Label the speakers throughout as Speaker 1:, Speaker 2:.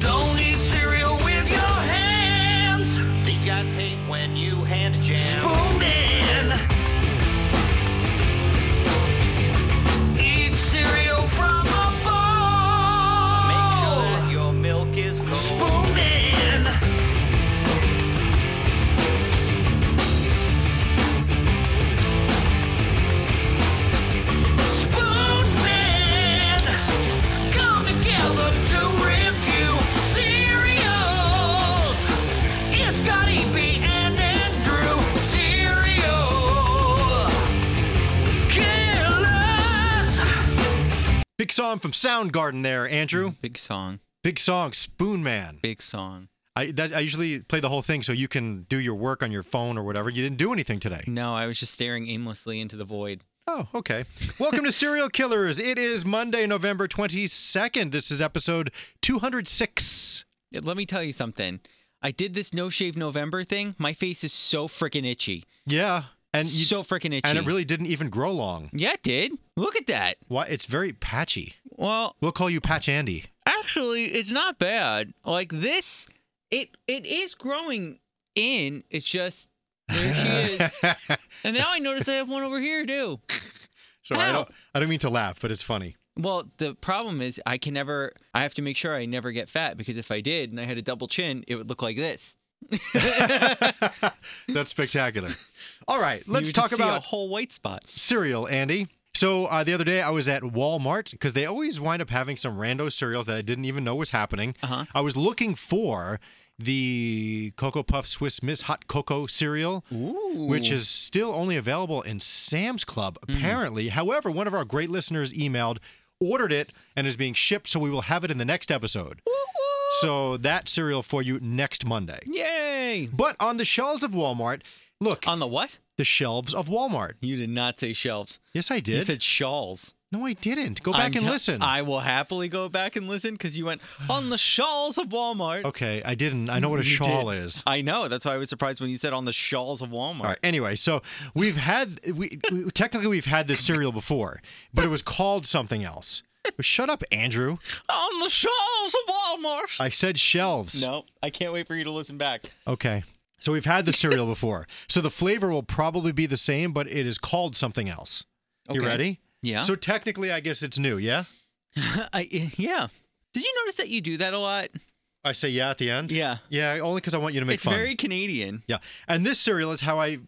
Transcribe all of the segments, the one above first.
Speaker 1: Don't eat cereal with your hands. These guys hate when you hand jam. Spoon in. Eat cereal from a bowl. Make sure that your milk is cold. Spoon in. Spoon in. Come together to review cereals. It's got E.B. and Andrew cereal. Killers.
Speaker 2: Big song from Soundgarden there, Andrew.
Speaker 3: Big song.
Speaker 2: Big song, Spoon Man.
Speaker 3: Big song.
Speaker 2: I that I usually play the whole thing so you can do your work on your phone or whatever. You didn't do anything today.
Speaker 3: No, I was just staring aimlessly into the void.
Speaker 2: Oh, okay. Welcome to Serial Killers. It is Monday, November 22nd. This is episode 206.
Speaker 3: Yeah, Let me tell you something. I did this no shave November thing. My face is so freaking itchy.
Speaker 2: Yeah. And you,
Speaker 3: so freaking itchy.
Speaker 2: and it really didn't even grow long.
Speaker 3: Yeah, it did. Look at that.
Speaker 2: Why it's very patchy.
Speaker 3: Well,
Speaker 2: We'll call you Patch Andy.
Speaker 3: actually, it's not bad. Like this, it it is growing in. It's just there she is. and now I notice I have one over here too.
Speaker 2: So I
Speaker 3: Ow.
Speaker 2: don't I don't mean to laugh, but it's funny.
Speaker 3: Well, the problem is I can never. I have to make sure I never get fat because if I did and I had a double chin, it would look like this.
Speaker 2: That's spectacular. All right,
Speaker 3: You
Speaker 2: let's
Speaker 3: would
Speaker 2: talk
Speaker 3: just see
Speaker 2: about
Speaker 3: a whole white spot.
Speaker 2: cereal, Andy. So uh, the other day I was at Walmart because they always wind up having some rando cereals that I didn't even know was happening. Uh-huh. I was looking for the Cocoa Puff Swiss Miss Hot Cocoa cereal, which is still only available in Sam's Club apparently. However, one of our great listeners emailed, ordered it, and is being shipped, so we will have it in the next episode. So that cereal for you next Monday.
Speaker 3: Yay!
Speaker 2: But on the shelves of Walmart, look,
Speaker 3: On the what?
Speaker 2: the shelves of Walmart.
Speaker 3: You did not say shelves.
Speaker 2: Yes, I did.
Speaker 3: You said shawls.
Speaker 2: No, I didn't. Go back
Speaker 3: I'm
Speaker 2: and
Speaker 3: tell-
Speaker 2: listen.
Speaker 3: I will happily go back and listen because you went on the shawls of Walmart.
Speaker 2: okay, I didn't. I know what a
Speaker 3: You
Speaker 2: shawl
Speaker 3: did.
Speaker 2: is.
Speaker 3: I know. That's why I was surprised when you said on the shawls of Walmart.
Speaker 2: All right. Anyway, so we've had we, we technically we've had this cereal before, but it was called something else. Shut up, Andrew.
Speaker 3: On the shawls of Walmart.
Speaker 2: I said shelves.
Speaker 3: no, I can't wait for you to listen back.
Speaker 2: Okay. So we've had the cereal before. So the flavor will probably be the same, but it is called something else. You
Speaker 3: Okay.
Speaker 2: ready?
Speaker 3: Yeah.
Speaker 2: So technically, I guess it's new. Yeah.
Speaker 3: I, eh, yeah. Did you notice that you do that a lot?
Speaker 2: I say yeah at the end.
Speaker 3: Yeah.
Speaker 2: Yeah, only because I want you to make
Speaker 3: it's
Speaker 2: fun.
Speaker 3: very Canadian.
Speaker 2: Yeah. And this serial is how I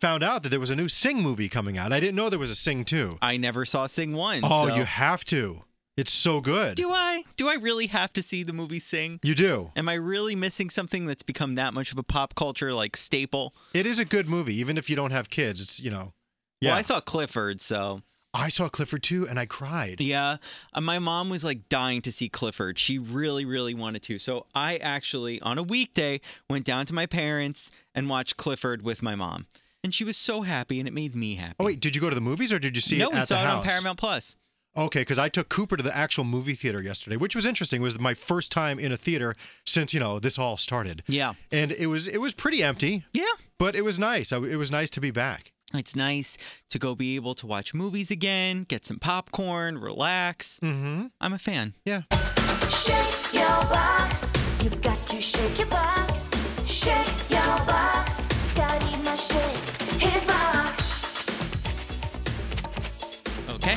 Speaker 2: found out that there was a new Sing movie coming out. I didn't know there was a Sing 2.
Speaker 3: I never saw Sing One.
Speaker 2: Oh,
Speaker 3: so-
Speaker 2: you have to. It's so good.
Speaker 3: Do I? Do I really have to see the movie Sing?
Speaker 2: you do.
Speaker 3: Am I really missing something that's become that much of a pop culture like staple?
Speaker 2: It is a good movie, even if you don't have kids. It's, you know. Yeah.
Speaker 3: Well, I saw Clifford, so
Speaker 2: I saw Clifford too, and I cried.
Speaker 3: yeah. Uh, my mom was like dying to see Clifford. She really, really wanted to. So I actually, on a weekday, went down to my parents and watched Clifford with my mom. and she was so happy, and it made me happy.
Speaker 2: Oh wait, did you go to the movies or did you see
Speaker 3: no,
Speaker 2: it
Speaker 3: we
Speaker 2: at
Speaker 3: saw
Speaker 2: the
Speaker 3: it on
Speaker 2: house?
Speaker 3: Paramount Plus.
Speaker 2: Okay, because I took Cooper to the actual movie theater yesterday, which was interesting. It was my first time in a theater since you know this all started.
Speaker 3: Yeah.
Speaker 2: and it was it was pretty empty,
Speaker 3: Yeah,
Speaker 2: but it was nice. I, it was nice to be back.
Speaker 3: it's nice to go be able to watch movies again, get some popcorn, relax.
Speaker 2: Mm-hmm.
Speaker 3: I'm a fan.
Speaker 2: Yeah.
Speaker 4: Shake your box. You've got to shake your box. Shake your box. Scotty must shake his box.
Speaker 3: Okay.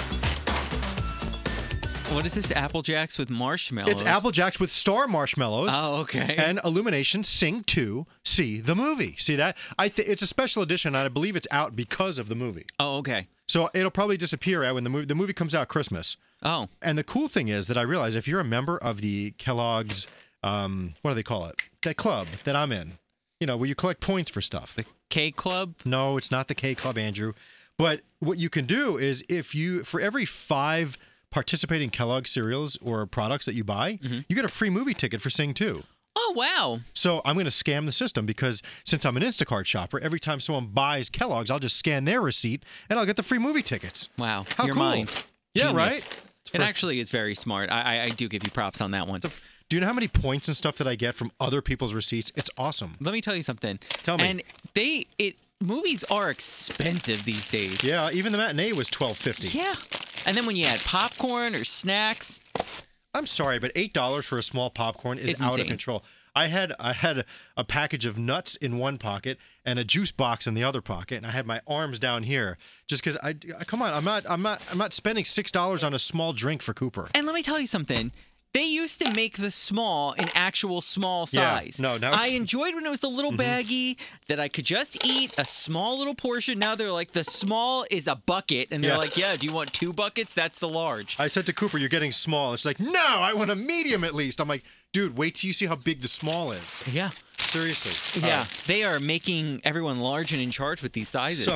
Speaker 3: What is this? Apple Jacks with marshmallows.
Speaker 2: It's Apple Jacks with star marshmallows.
Speaker 3: Oh, okay.
Speaker 2: and Illumination Sing 2 See the Movie. See that? I th- it's a special edition and I believe it's out because of the movie.
Speaker 3: oh, okay.
Speaker 2: So it'll probably disappear out when the movie the movie comes out Christmas.
Speaker 3: Oh,
Speaker 2: And the cool thing is that I realize if you're a member of the Kellogg's um what do they call it? That club that I'm in. You know, where you collect points for stuff.
Speaker 3: the K Club.
Speaker 2: No, it's not the K Club, Andrew. But what you can do is if you, for every five participating Kellogg cereals or products that you buy,
Speaker 3: Mm-hmm.
Speaker 2: you get a free movie ticket for Sing 2.
Speaker 3: Oh, wow.
Speaker 2: So I'm going to scam the system because since I'm an Instacart shopper, every time someone buys Kellogg's, I'll just scan their receipt and I'll get the free movie tickets.
Speaker 3: Wow.
Speaker 2: How
Speaker 3: Your
Speaker 2: cool.
Speaker 3: mind.
Speaker 2: Yeah,
Speaker 3: Genius.
Speaker 2: right?
Speaker 3: It
Speaker 2: First-
Speaker 3: actually is very smart. I, I, I do give you props on that one.
Speaker 2: Do you know how many points and stuff that I get from other people's receipts? It's awesome.
Speaker 3: Let me tell you something.
Speaker 2: Tell me.
Speaker 3: And they it movies are expensive these days.
Speaker 2: Yeah, even the matinee was twelve fifty.
Speaker 3: Yeah. And then when you add popcorn or snacks,
Speaker 2: I'm sorry, but eight dollars for a small popcorn is
Speaker 3: It's
Speaker 2: out of
Speaker 3: insane.
Speaker 2: control. I had I had a package of nuts in one pocket and a juice box in the other pocket, and I had my arms down here just because I come on. I'm not I'm not I'm not spending six dollars on a small drink for Cooper.
Speaker 3: and let me tell you something. They used to make the small in actual small
Speaker 2: Yeah.
Speaker 3: size.
Speaker 2: No, now
Speaker 3: I
Speaker 2: it's- Mm-hmm.
Speaker 3: enjoyed when it was the little baggy that I could just eat a small little portion. Now they're like the small is a bucket, and they're
Speaker 2: Yeah.
Speaker 3: like, yeah, do you want two buckets? That's the large.
Speaker 2: I said to Cooper, "You're getting small." It's like, "No, I want a medium at least." I'm like, "Dude, wait till you see how big the small is."
Speaker 3: yeah.
Speaker 2: Seriously.
Speaker 3: Yeah,
Speaker 2: Uh,
Speaker 3: they are making everyone large and in charge with these sizes.
Speaker 2: So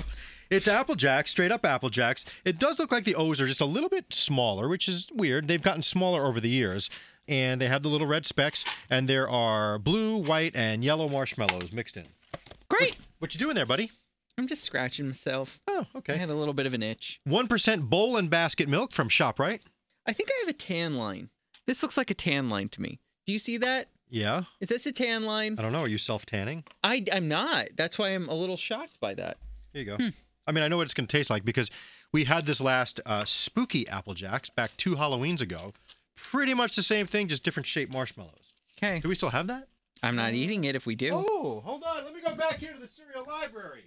Speaker 2: it's Apple Jacks, straight up Apple Jacks. It does look like the O's are just a little bit smaller, which is weird. They've gotten smaller over the years. And they have the little red specks, and there are blue, white, and yellow marshmallows mixed in.
Speaker 3: Great.
Speaker 2: What you doing there, buddy?
Speaker 3: I'm just scratching myself.
Speaker 2: Oh,
Speaker 3: I
Speaker 2: okay.
Speaker 3: had a little bit of an itch.
Speaker 2: One percent bowl and basket milk from Shoprite.
Speaker 3: I think I have a tan line. This looks like a tan line to me. Do you see that?
Speaker 2: Yeah,
Speaker 3: Is this a tan line?
Speaker 2: I don't know. Are you self tanning?
Speaker 3: I, I'm not. That's why I'm a little shocked by that.
Speaker 2: Here you go. I mean, I know what it's going to taste like because we had this last uh, spooky Apple Jacks back two Halloweens ago. Pretty much the same thing, just different shaped marshmallows.
Speaker 3: Okay.
Speaker 2: Do we still have that?
Speaker 3: I'm not eating it if we do.
Speaker 2: Oh, hold on. Let me go back here to the cereal library.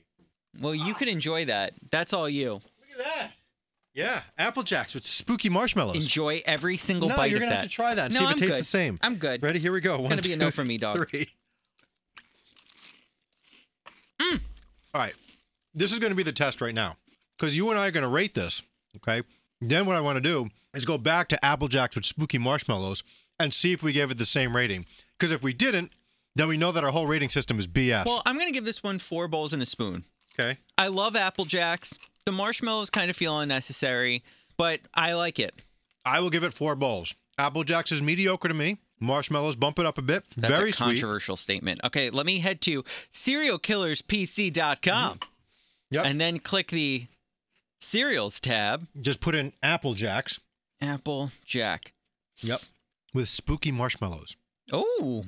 Speaker 3: Well, you could enjoy that. That's all you.
Speaker 2: Look at that. Yeah, Apple Jacks with spooky marshmallows.
Speaker 3: Enjoy every single
Speaker 2: no,
Speaker 3: bite
Speaker 2: you're
Speaker 3: of
Speaker 2: gonna
Speaker 3: that.
Speaker 2: have to try that. And
Speaker 3: no,
Speaker 2: see if it
Speaker 3: I'm
Speaker 2: tastes
Speaker 3: good.
Speaker 2: the same.
Speaker 3: I'm good.
Speaker 2: Ready? Here we go. One,
Speaker 3: gonna be a no
Speaker 2: two,
Speaker 3: for me, dog.
Speaker 2: Three.
Speaker 3: Mm.
Speaker 2: All right. This is going to be the test right now because you and I are going to rate this. Okay. Then what I want to do is go back to Apple Jacks with spooky marshmallows and see if we gave it the same rating. Because if we didn't, then we know that our whole rating system is BS.
Speaker 3: Well, I'm going to give this one four bowls and a spoon.
Speaker 2: okay.
Speaker 3: I love Apple Jacks. The marshmallows kind of feel unnecessary, but I like it.
Speaker 2: I will give it four bowls. Apple Jacks is mediocre to me. Marshmallows bump it up a bit.
Speaker 3: That's
Speaker 2: Very
Speaker 3: a
Speaker 2: sweet.
Speaker 3: controversial statement. Okay, let me head to serialkillerspc.com
Speaker 2: Mm-hmm. Yep.
Speaker 3: and then click the cereals tab.
Speaker 2: Just put in Apple Jacks
Speaker 3: Apple Jack.
Speaker 2: Yep. with spooky marshmallows.
Speaker 3: Oh,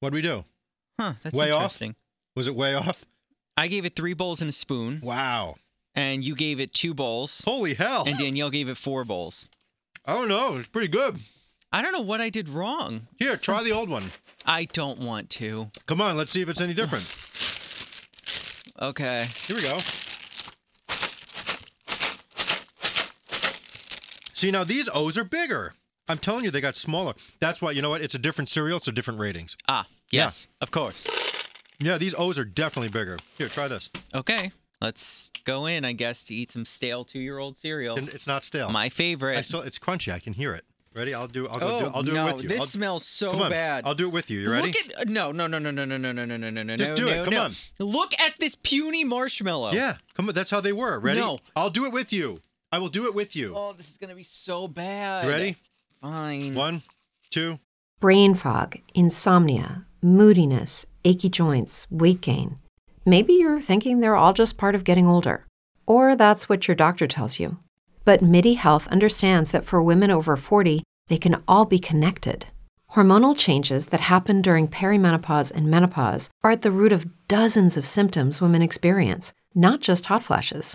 Speaker 2: What do we do?
Speaker 3: huh. That's
Speaker 2: Way off?
Speaker 3: interesting.
Speaker 2: Was it way off?
Speaker 3: I gave it three bowls and a spoon,
Speaker 2: Wow.
Speaker 3: and you gave it two bowls,
Speaker 2: Holy hell.
Speaker 3: and Danielle gave it four bowls.
Speaker 2: I don't know. It's pretty good.
Speaker 3: I don't know what I did wrong.
Speaker 2: Here, try the old one.
Speaker 3: I don't want to.
Speaker 2: Come on, let's see if it's any different.
Speaker 3: Okay.
Speaker 2: Here we go. See, now these O's are bigger. I'm telling you, they got smaller. That's why, you know what? It's a different cereal, so different ratings.
Speaker 3: Ah,
Speaker 2: Yeah.
Speaker 3: yes, of course.
Speaker 2: Yeah, these O's are definitely bigger. Here, try this.
Speaker 3: Okay. Let's go in, I guess, to eat some stale two year old cereal.
Speaker 2: And it's not stale.
Speaker 3: My favorite.
Speaker 2: I still, it's crunchy. I can hear it. Ready? I'll do. I'll go
Speaker 3: Oh,
Speaker 2: do. I'll do
Speaker 3: no,
Speaker 2: it with you.
Speaker 3: this
Speaker 2: I'll-
Speaker 3: smells so
Speaker 2: come on,
Speaker 3: bad.
Speaker 2: I'll do it with you. You ready?
Speaker 3: Look at no, no, no, no, no, no, no, no, no, no, no, no.
Speaker 2: Just do
Speaker 3: no,
Speaker 2: it, come
Speaker 3: no.
Speaker 2: on.
Speaker 3: Look at this puny marshmallow.
Speaker 2: yeah. Come on. That's how they were. Ready?
Speaker 3: No.
Speaker 2: I'll do it with you. I will do it with you.
Speaker 3: Oh, this is gonna be so bad.
Speaker 2: you ready?
Speaker 3: Fine.
Speaker 2: One, two.
Speaker 5: brain fog, insomnia, moodiness, achy joints, weight gain. Maybe you're thinking they're all just part of getting older, or that's what your doctor tells you. But MIDI Health understands that for women over 40, they can all be connected. Hormonal changes that happen during perimenopause and menopause are at the root of dozens of symptoms women experience, not just hot flashes.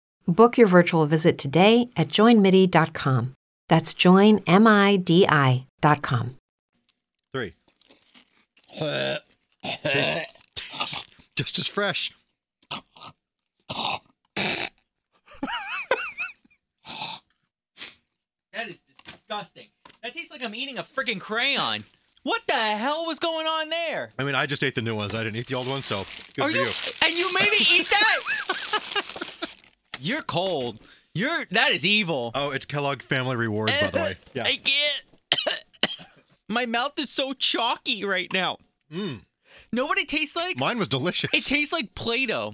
Speaker 5: Book your virtual visit today at joinmidi.com. That's joinmidi.com.
Speaker 2: Three. Tastes just as fresh.
Speaker 3: That is disgusting. That tastes like I'm eating a freaking crayon. What the hell was going on there?
Speaker 2: I mean, I just ate the new ones. I didn't eat the old ones, so good for
Speaker 3: Are you,
Speaker 2: you.
Speaker 3: And you made me eat that? You're cold. You're that is evil.
Speaker 2: Oh, it's Kellogg Family Rewards, by the way. Yeah.
Speaker 3: I can't. My mouth is so chalky right now.
Speaker 2: Mm.
Speaker 3: Know what it tastes like?
Speaker 2: Mine was delicious.
Speaker 3: It tastes like Play-Doh.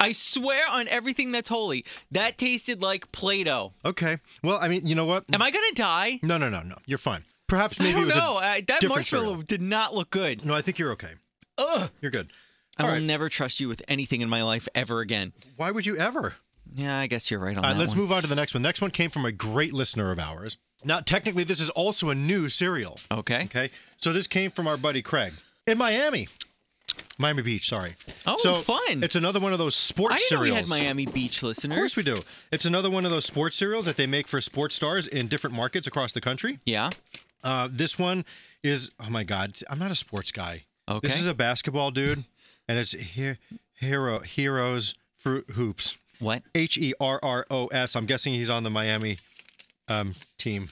Speaker 3: I swear on everything that's holy, that tasted like Play-Doh.
Speaker 2: okay. Well, I mean, you know what?
Speaker 3: Am I gonna die?
Speaker 2: No, no, no, no. You're fine. Perhaps maybe
Speaker 3: I don't
Speaker 2: it was a
Speaker 3: know. I, that
Speaker 2: different
Speaker 3: marshmallow
Speaker 2: cereal.
Speaker 3: did not look good.
Speaker 2: No, I think you're okay.
Speaker 3: Ugh.
Speaker 2: You're good.
Speaker 3: I
Speaker 2: All
Speaker 3: will
Speaker 2: right.
Speaker 3: never trust you with anything in my life ever again.
Speaker 2: Why would you ever?
Speaker 3: Yeah, I guess you're right on
Speaker 2: All
Speaker 3: that
Speaker 2: right, let's
Speaker 3: one.
Speaker 2: move on to the next one. Next one came from a great listener of ours. Now, technically, this is also a new cereal.
Speaker 3: Okay.
Speaker 2: Okay. So this came from our buddy Craig in Miami. Miami Beach, sorry.
Speaker 3: Oh,
Speaker 2: so
Speaker 3: fun.
Speaker 2: It's another one of those sports
Speaker 3: I didn't know
Speaker 2: cereals.
Speaker 3: we had Miami Beach listeners.
Speaker 2: Of course we do. It's another one of those sports cereals that they make for sports stars in different markets across the country.
Speaker 3: Yeah.
Speaker 2: Uh, this one is oh my god, I'm not a sports guy. This
Speaker 3: Okay.
Speaker 2: is a basketball dude, and it's here hero heroes fruit hoops.
Speaker 3: What?
Speaker 2: H E R R O S. I'm guessing he's on the Miami um, team.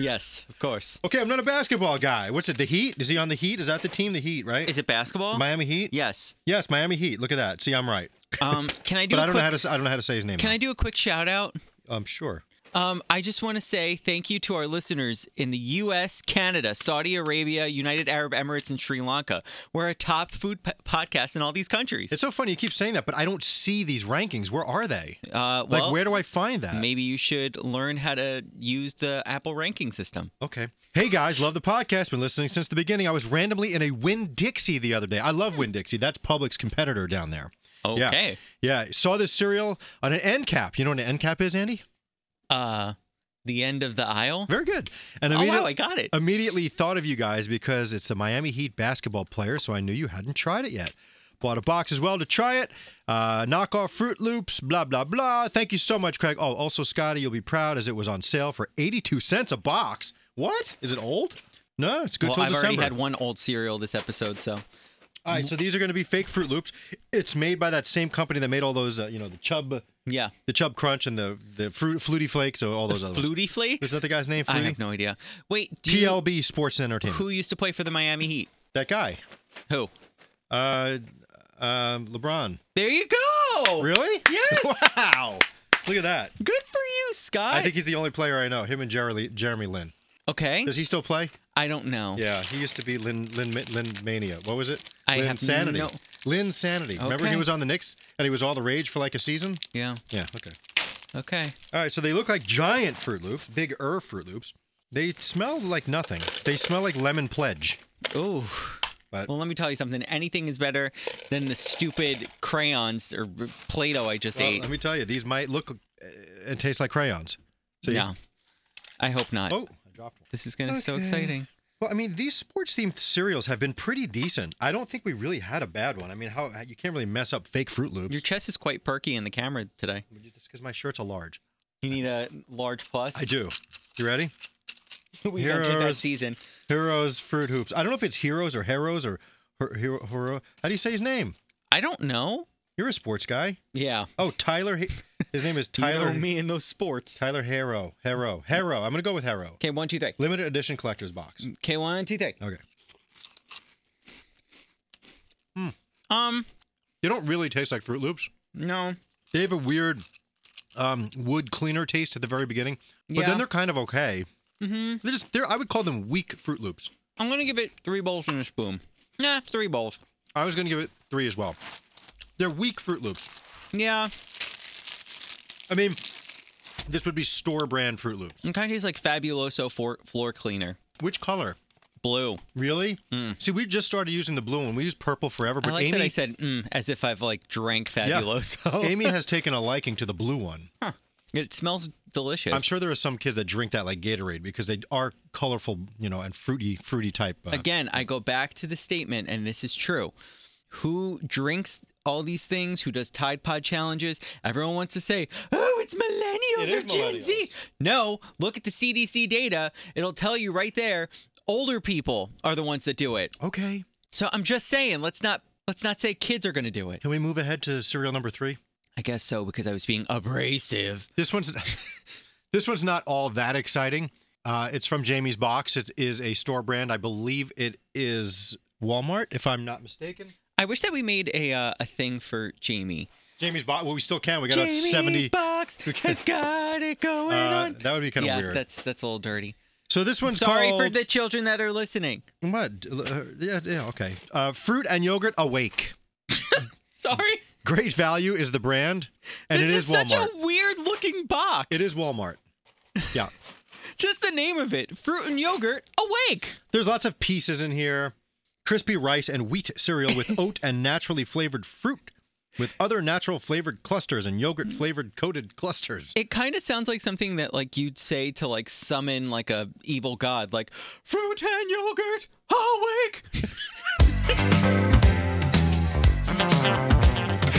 Speaker 3: Yes, of course.
Speaker 2: Okay, I'm not a basketball guy. What's it? The Heat? Is he on the Heat? Is that the team? The Heat, right?
Speaker 3: Is it basketball?
Speaker 2: Miami Heat?
Speaker 3: yes.
Speaker 2: Yes, Miami Heat. Look at that. See, I'm right.
Speaker 3: Um, can I do?
Speaker 2: But
Speaker 3: a
Speaker 2: I don't know
Speaker 3: quick,
Speaker 2: how to. s- I don't know how to say his name.
Speaker 3: Can I do a quick shout out?
Speaker 2: I? Um, sure.
Speaker 3: Um, I just want to say thank you to our listeners in the U.S., Canada, Saudi Arabia, United Arab Emirates, and Sri Lanka. We're a top food po- podcast in all these countries.
Speaker 2: It's so funny you keep saying that, but I don't see these rankings. Where are they?
Speaker 3: uh,
Speaker 2: Like,
Speaker 3: well,
Speaker 2: where do I find that?
Speaker 3: maybe you should learn how to use the Apple ranking system.
Speaker 2: Okay. Hey guys, love the podcast. Been listening since the beginning. I was randomly in a Win Dixie the other day. I love Win Dixie. That's Publix competitor down there. Yeah.
Speaker 3: Okay.
Speaker 2: Yeah. Saw this cereal on an end cap. You know what an end cap is, Andy?
Speaker 3: Uh, the end of the aisle.
Speaker 2: Very good. And
Speaker 3: Oh
Speaker 2: immediate-
Speaker 3: wow, I got it.
Speaker 2: immediately thought of you guys because it's the Miami Heat basketball player, so I knew you hadn't tried it yet. Bought a box as well to try it. Uh, knock off Fruit Loops, blah, blah, blah. Thank you so much, Craig. Oh, also, Scotty, you'll be proud as it was on sale for 82 cents a box. What? Is it old? No, it's good
Speaker 3: well,
Speaker 2: till
Speaker 3: I've
Speaker 2: December.
Speaker 3: already had one old cereal this episode, so
Speaker 2: All right, so these are going to be fake Fruit Loops. It's made by that same company that made all those, uh, you know, the Chub,
Speaker 3: yeah.
Speaker 2: the Chub Crunch and the the fruit, Fluty Flakes, so all those other ones.
Speaker 3: Flutie Flakes.
Speaker 2: Is that the guy's name?
Speaker 3: I
Speaker 2: Flutie?
Speaker 3: have no idea. Wait, do you,
Speaker 2: TLB Sports and Entertainment.
Speaker 3: who used to play for the Miami Heat?
Speaker 2: That guy.
Speaker 3: Who?
Speaker 2: Uh, um, LeBron.
Speaker 3: There you go.
Speaker 2: Really?
Speaker 3: Yes.
Speaker 2: Wow. Look at that.
Speaker 3: Good for you, Scott.
Speaker 2: I think he's the only player I know. Him and Jeremy Jeremy Lin.
Speaker 3: okay.
Speaker 2: Does he still play?
Speaker 3: I don't know.
Speaker 2: Yeah, he used to be Lin Lin Lin Mania. What was it?
Speaker 3: I
Speaker 2: Lin
Speaker 3: have
Speaker 2: Sanity.
Speaker 3: no-
Speaker 2: Lin Sanity. Remember he
Speaker 3: Okay.
Speaker 2: was on the Knicks and he was all the rage for like a season.
Speaker 3: Yeah.
Speaker 2: Yeah. Okay.
Speaker 3: Okay.
Speaker 2: All right. So they look like giant Fruit Loops, big er Fruit Loops. They smell like nothing. They smell like lemon pledge.
Speaker 3: Ooh.
Speaker 2: But-
Speaker 3: well, let me tell you something. Anything is better than the stupid crayons or Play-Doh I just
Speaker 2: Well,
Speaker 3: ate.
Speaker 2: let me tell you, these might look uh, and taste like crayons. So you-
Speaker 3: yeah. I hope not.
Speaker 2: Oh, I dropped one.
Speaker 3: This is gonna be so
Speaker 2: Okay.
Speaker 3: exciting.
Speaker 2: Well, I mean, these sports themed cereals have been pretty decent. I don't think we really had a bad one. I mean, how you can't really mess up fake Fruit Loops.
Speaker 3: Your chest is quite perky in the camera today.
Speaker 2: Just because my shirt's a large.
Speaker 3: You need a large plus.
Speaker 2: I do. You ready?
Speaker 3: we entered that
Speaker 2: Heroes.
Speaker 3: season.
Speaker 2: Heroes Fruit Hoops. I don't know if it's Heroes or Heroes or her, hero, hero. How do you say his name?
Speaker 3: I don't know.
Speaker 2: You're a sports guy.
Speaker 3: Yeah.
Speaker 2: Oh, Tyler. He- His name is
Speaker 3: Tyler,
Speaker 2: Tyler.
Speaker 3: me and those sports.
Speaker 2: Tyler Harrow. Harrow. Harrow. I'm gonna go with Harrow.
Speaker 3: Okay, one, two, three.
Speaker 2: Limited edition collector's box.
Speaker 3: Okay, one, two, three.
Speaker 2: Okay.
Speaker 3: Um,
Speaker 2: They don't really taste like Fruit Loops.
Speaker 3: No.
Speaker 2: They have a weird um, wood cleaner taste at the very beginning, but
Speaker 3: Yeah.
Speaker 2: then they're kind of okay. Mm-hmm. They're just they're I would call them weak Fruit Loops.
Speaker 3: I'm gonna give it three bowls and a spoon. Nah, three bowls.
Speaker 2: I was gonna give it three as well. They're weak Fruit Loops.
Speaker 3: Yeah.
Speaker 2: I mean, this would be store brand Fruit Loops.
Speaker 3: It kind of tastes like Fabuloso for- floor cleaner.
Speaker 2: Which color?
Speaker 3: Blue.
Speaker 2: Really? See, we just started using the blue one. We used purple forever, but
Speaker 3: Mm. I like
Speaker 2: Amy
Speaker 3: that I said mm, as if I've like drank
Speaker 2: Yeah.
Speaker 3: Fabuloso.
Speaker 2: Amy has taken a liking to the blue one.
Speaker 3: it smells delicious.
Speaker 2: I'm sure there are some kids that drink that like Gatorade because they are colorful, you know, and fruity, fruity type. Uh,
Speaker 3: Again, I go back to the statement, and this is true. Who drinks all these things? Who does Tide Pod challenges? Everyone wants to say, oh, it's millennials
Speaker 2: It is
Speaker 3: or Gen Z. No, look at the CDC data. It'll tell you right there. Older people are the ones that do it.
Speaker 2: okay,
Speaker 3: So I'm just saying, let's not let's not say kids are going to do it.
Speaker 2: can we move ahead to cereal number three?
Speaker 3: I guess so because I was being abrasive.
Speaker 2: This one's this one's not all that exciting. Uh, it's from Jamie's Box. It is a store brand. I believe it is Walmart, if I'm not mistaken.
Speaker 3: I wish that we made a uh, a thing for Jamie.
Speaker 2: Jamie's Box. Well, we still can. We got
Speaker 3: Jamie's
Speaker 2: about 70.
Speaker 3: box has got it going
Speaker 2: Uh,
Speaker 3: on.
Speaker 2: that would be kind of
Speaker 3: yeah,
Speaker 2: weird.
Speaker 3: that's that's a little dirty.
Speaker 2: so this one's
Speaker 3: Sorry
Speaker 2: called
Speaker 3: for the children that are listening.
Speaker 2: what? Uh, yeah, yeah, okay. Uh, fruit and yogurt awake.
Speaker 3: Sorry.
Speaker 2: Great value is the brand, and
Speaker 3: this
Speaker 2: it
Speaker 3: is,
Speaker 2: is,
Speaker 3: such
Speaker 2: Walmart.
Speaker 3: a weird looking box.
Speaker 2: It is Walmart. Yeah.
Speaker 3: just the name of it. Fruit and yogurt awake.
Speaker 2: There's lots of pieces in here. Crispy rice and wheat cereal with oat and naturally flavored fruit with other natural flavored clusters and yogurt flavored coated clusters.
Speaker 3: It kind of sounds like something that like you'd say to like summon like a evil god, like fruit and yogurt awake.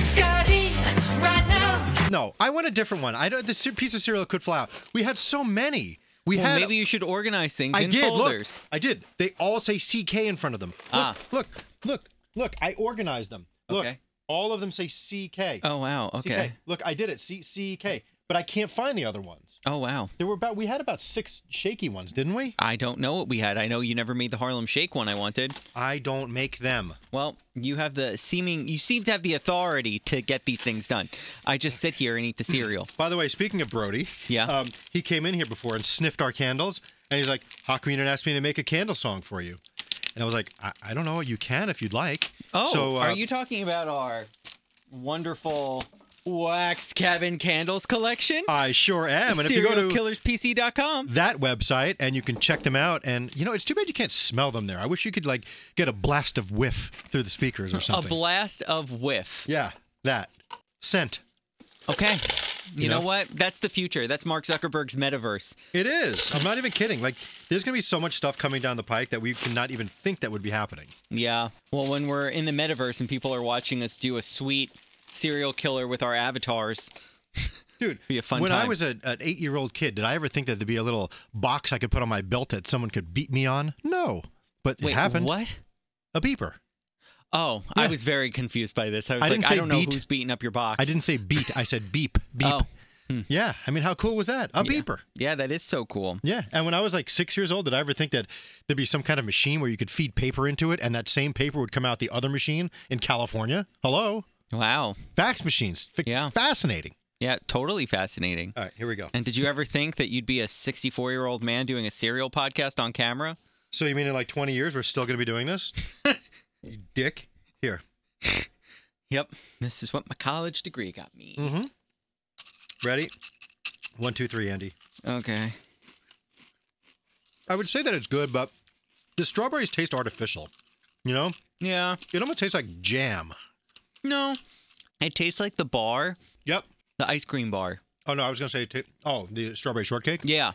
Speaker 1: Scotty, right now.
Speaker 2: No, I want a different one. I don't, this piece of cereal could fly out. We had so many. We
Speaker 3: Well,
Speaker 2: had
Speaker 3: maybe you should organize things
Speaker 2: I
Speaker 3: in
Speaker 2: did.
Speaker 3: folders.
Speaker 2: Look, I did. They all say CK in front of them. Look,
Speaker 3: Ah.
Speaker 2: Look, look, look. I organized them. Look,
Speaker 3: Okay.
Speaker 2: all of them say CK.
Speaker 3: Oh wow. Okay.
Speaker 2: CK. Look, I did it. C- CK. But I can't find the other ones.
Speaker 3: Oh wow.
Speaker 2: There were about we had about six shaky ones, didn't we?
Speaker 3: I don't know what we had. I know you never made the Harlem Shake one I wanted.
Speaker 2: I don't make them.
Speaker 3: Well, you have the seeming you seem to have the authority to get these things done. I just sit here and eat the cereal.
Speaker 2: By the way, speaking of Brody,
Speaker 3: Yeah.
Speaker 2: um, he came in here before and sniffed our candles, and he's like, "How come you didn't ask me to make a candle song for you?" And I was like, "I, I don't know. You can if you'd like."
Speaker 3: Oh,
Speaker 2: so, uh,
Speaker 3: are you talking about our wonderful wax cabin candles collection?
Speaker 2: I sure am. Oh, And if you go to
Speaker 3: SerialKillersPC.com.
Speaker 2: that website and you can check them out, and you know, it's too bad you can't smell them there. I wish you could like get a blast of whiff through the speakers or
Speaker 3: A
Speaker 2: something.
Speaker 3: blast of whiff.
Speaker 2: yeah, that scent.
Speaker 3: Okay. You,
Speaker 2: You
Speaker 3: know?
Speaker 2: know?
Speaker 3: what? That's the future. That's Mark Zuckerberg's metaverse.
Speaker 2: It is. I'm not even kidding. Like, there's gonna be so much stuff coming down the pike that we cannot even think that would be happening.
Speaker 3: Yeah. Well, when we're in the metaverse and people are watching us do a sweet serial killer with our avatars,
Speaker 2: Dude,
Speaker 3: Be a fun
Speaker 2: when I
Speaker 3: time.
Speaker 2: was a, an eight year old kid, did I ever think that there'd be a little box I could put on my belt that someone could beat me on? No. But
Speaker 3: wait,
Speaker 2: it happened.
Speaker 3: what?
Speaker 2: A beeper.
Speaker 3: Oh, I
Speaker 2: Yeah.
Speaker 3: was very confused by this. I was
Speaker 2: I
Speaker 3: like,
Speaker 2: didn't
Speaker 3: I
Speaker 2: say
Speaker 3: don't
Speaker 2: beat.
Speaker 3: know who's beating up your box.
Speaker 2: I didn't say beat, I said beep. Beep.
Speaker 3: Oh.
Speaker 2: Yeah. I mean, how cool was that? A beeper.
Speaker 3: Yeah, that is so cool.
Speaker 2: Yeah. And when I was like six years old, did I ever think that there'd be some kind of machine where you could feed paper into it and that same paper would come out the other machine in California? Hello?
Speaker 3: Wow.
Speaker 2: Fax machines. F-
Speaker 3: Yeah.
Speaker 2: Fascinating.
Speaker 3: Yeah, totally fascinating.
Speaker 2: All right, here we go.
Speaker 3: And did you ever think that you'd be a 64 year old man doing a serial podcast on camera?
Speaker 2: So you mean in like 20 years, we're still going to be doing this? you dick. Here.
Speaker 3: Yep. This is what my college degree got me.
Speaker 2: Mm-hmm. Ready? One, two, three, Andy.
Speaker 3: Okay.
Speaker 2: I would say that it's good, but the strawberries taste artificial. You know,
Speaker 3: Yeah.
Speaker 2: it almost tastes like jam.
Speaker 3: No. It tastes like the bar,
Speaker 2: Yep.
Speaker 3: the ice cream bar.
Speaker 2: Oh no, I was gonna say. ta oh, the strawberry shortcake.
Speaker 3: Yeah.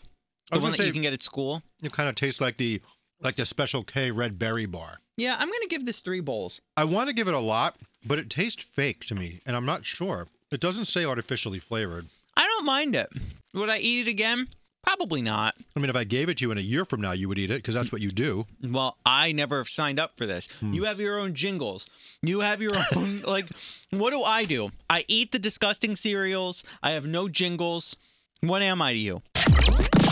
Speaker 2: I
Speaker 3: The
Speaker 2: was
Speaker 3: one
Speaker 2: gonna
Speaker 3: that
Speaker 2: say
Speaker 3: you can get at school.
Speaker 2: it kind of tastes like the like the Special K red berry bar.
Speaker 3: Yeah, I'm going to give this three bowls.
Speaker 2: I want to give it a lot, but it tastes fake to me, and I'm not sure. It doesn't say artificially flavored.
Speaker 3: I don't mind it. Would I eat it again? Probably not.
Speaker 2: I mean, if I gave it to you in a year from now, you would eat it because that's what you do.
Speaker 3: Well, I never have signed up for this.
Speaker 2: Hmm.
Speaker 3: You have your own jingles. You have your own like what do I do? I eat the disgusting cereals. I have no jingles. What am I to you?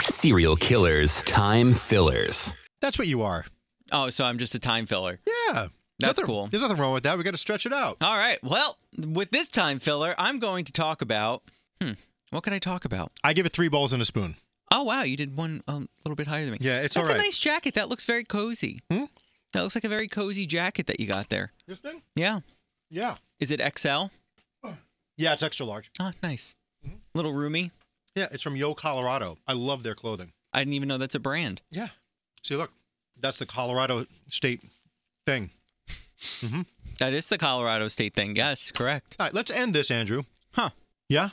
Speaker 6: Serial killers, time fillers.
Speaker 2: That's what you are.
Speaker 3: Oh, so I'm just a time filler.
Speaker 2: Yeah.
Speaker 3: That's
Speaker 2: nothing,
Speaker 3: cool.
Speaker 2: There's nothing wrong with that. We got to stretch it out.
Speaker 3: All right. Well, with this time filler, I'm going to talk about. Hmm. What can I talk about?
Speaker 2: I give it three bowls and a spoon.
Speaker 3: Oh wow, you did one a little bit higher than me.
Speaker 2: Yeah, it's
Speaker 3: That's
Speaker 2: all right. Hmm?
Speaker 3: a nice jacket. That looks very cozy. That looks like a very cozy jacket that you got there.
Speaker 2: This thing?
Speaker 3: Yeah.
Speaker 2: Yeah.
Speaker 3: Is it XL?
Speaker 2: Yeah, it's extra large.
Speaker 3: Oh, nice.
Speaker 2: Hmm?
Speaker 3: Little roomy.
Speaker 2: Yeah, it's from Yo, Colorado. I love their clothing.
Speaker 3: I didn't even know that's a brand.
Speaker 2: Yeah. See, look, that's the Colorado state thing.
Speaker 3: That is the Colorado State thing. Yes, correct.
Speaker 2: All right, let's end this, Andrew.
Speaker 3: Huh.
Speaker 2: Yeah.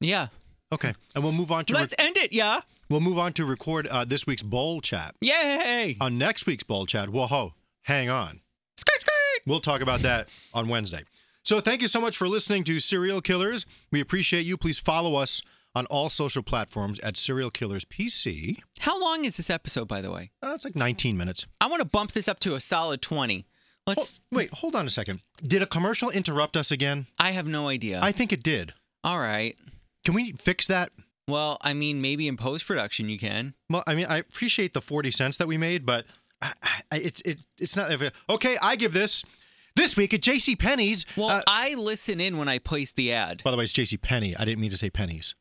Speaker 3: Yeah.
Speaker 2: Okay. And we'll move on to
Speaker 3: Let's end it. Yeah.
Speaker 2: we'll move on to record uh, this week's bowl chat.
Speaker 3: Yay.
Speaker 2: On next week's bowl chat, whoa, ho, hang on.
Speaker 3: skirt, skirt.
Speaker 2: We'll talk about that on Wednesday. So thank you so much for listening to Serial Killers. We appreciate you. Please follow us on all social platforms at Serial Killers PC.
Speaker 3: How long is this episode, by the way?
Speaker 2: Uh, it's like 19 minutes.
Speaker 3: I want to bump this up to a solid 20. Let's.
Speaker 2: Hol- Oh, wait, hold on a second. Did a commercial interrupt us again?
Speaker 3: I have no idea.
Speaker 2: I think it did.
Speaker 3: All right.
Speaker 2: Can we fix that?
Speaker 3: Well, I mean, maybe in post production you can.
Speaker 2: Well, I mean, I appreciate the 40 cents that we made, but I, I, it's it, it's not okay. I give this this week at J.C. Penney's. uh,
Speaker 3: Well, I listen in when I place the ad.
Speaker 2: by the way, it's J.C. Penney. I didn't mean to say pennies.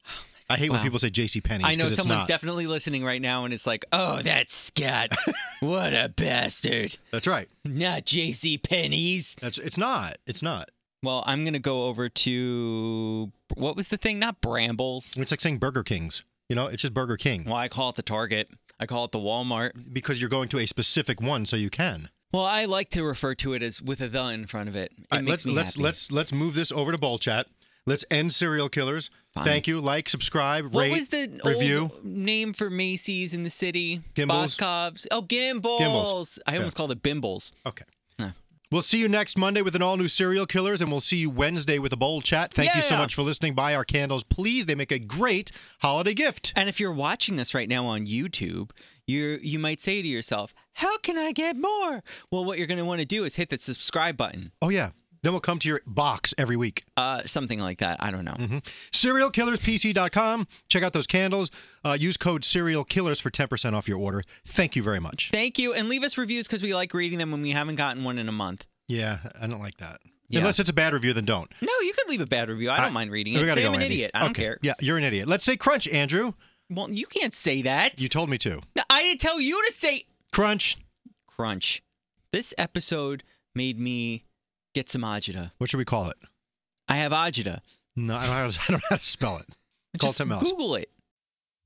Speaker 2: I hate when
Speaker 3: Oh Wow.
Speaker 2: people say J.C. Penney's.
Speaker 3: I know
Speaker 2: it's
Speaker 3: someone's
Speaker 2: not.
Speaker 3: definitely listening right now and it's like, oh, that's Scott. what a bastard.
Speaker 2: That's right.
Speaker 3: Not JC Pennies.
Speaker 2: That's it's not. It's not.
Speaker 3: Well, I'm going to go over to what was the thing? Not Brambles.
Speaker 2: It's like saying Burger King's. You know, it's just Burger King
Speaker 3: Well, I call it the Target. I call it the Walmart.
Speaker 2: because you're going to a specific one, so you can.
Speaker 3: Well, I like to refer to it as with a the in front of it. It
Speaker 2: All right, let's
Speaker 3: makes me
Speaker 2: let's
Speaker 3: happy.
Speaker 2: let's let's move this over to Bowl Chat. Let's end serial killers. Thank you. Like, subscribe,
Speaker 3: What
Speaker 2: rate,
Speaker 3: was the
Speaker 2: review.
Speaker 3: old name for Macy's in the city?
Speaker 2: Gimbals?
Speaker 3: Boscov's. Oh, Gimbals.
Speaker 2: Gimbals.
Speaker 3: I almost called it Bimbles.
Speaker 2: Okay.
Speaker 3: No.
Speaker 2: We'll see you next Monday with an all new serial killers, and we'll see you Wednesday with a bowl chat. Thank you so
Speaker 3: Yeah.
Speaker 2: much for listening. Buy our candles, please. They make a great holiday gift.
Speaker 3: And if you're watching us right now on YouTube, you you might say to yourself, "How can I get more?" Well, what you're going to want to do is hit the subscribe button,
Speaker 2: Oh, yeah. Then we'll come to your box every week.
Speaker 3: uh, something like that. I don't know.
Speaker 2: Mm-hmm. SerialKillersPC.com. Check out those candles. Uh, use code SerialKillers for 10% off your order. Thank you very much.
Speaker 3: Thank you, and leave us reviews because we like reading them when we haven't gotten one in a month.
Speaker 2: Yeah, I don't like that.
Speaker 3: Yeah.
Speaker 2: Unless it's a bad review, then don't.
Speaker 3: No, you can leave a bad review. I don't mind reading
Speaker 2: We
Speaker 3: it.
Speaker 2: gotta
Speaker 3: Say
Speaker 2: go,
Speaker 3: I'm an
Speaker 2: Andy.
Speaker 3: idiot. I don't
Speaker 2: Okay.
Speaker 3: care.
Speaker 2: Yeah, you're an idiot. Let's say crunch, Andrew.
Speaker 3: Well, you can't say that.
Speaker 2: You told me to.
Speaker 3: No, I didn't tell you to say
Speaker 2: Crunch.
Speaker 3: crunch. This episode made me get some agita.
Speaker 2: What should we call it?
Speaker 3: I have agita.
Speaker 2: No, I don't know how to, I don't know how to spell it. Call it
Speaker 3: Just
Speaker 2: something else.
Speaker 3: Google it.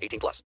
Speaker 7: 18 plus.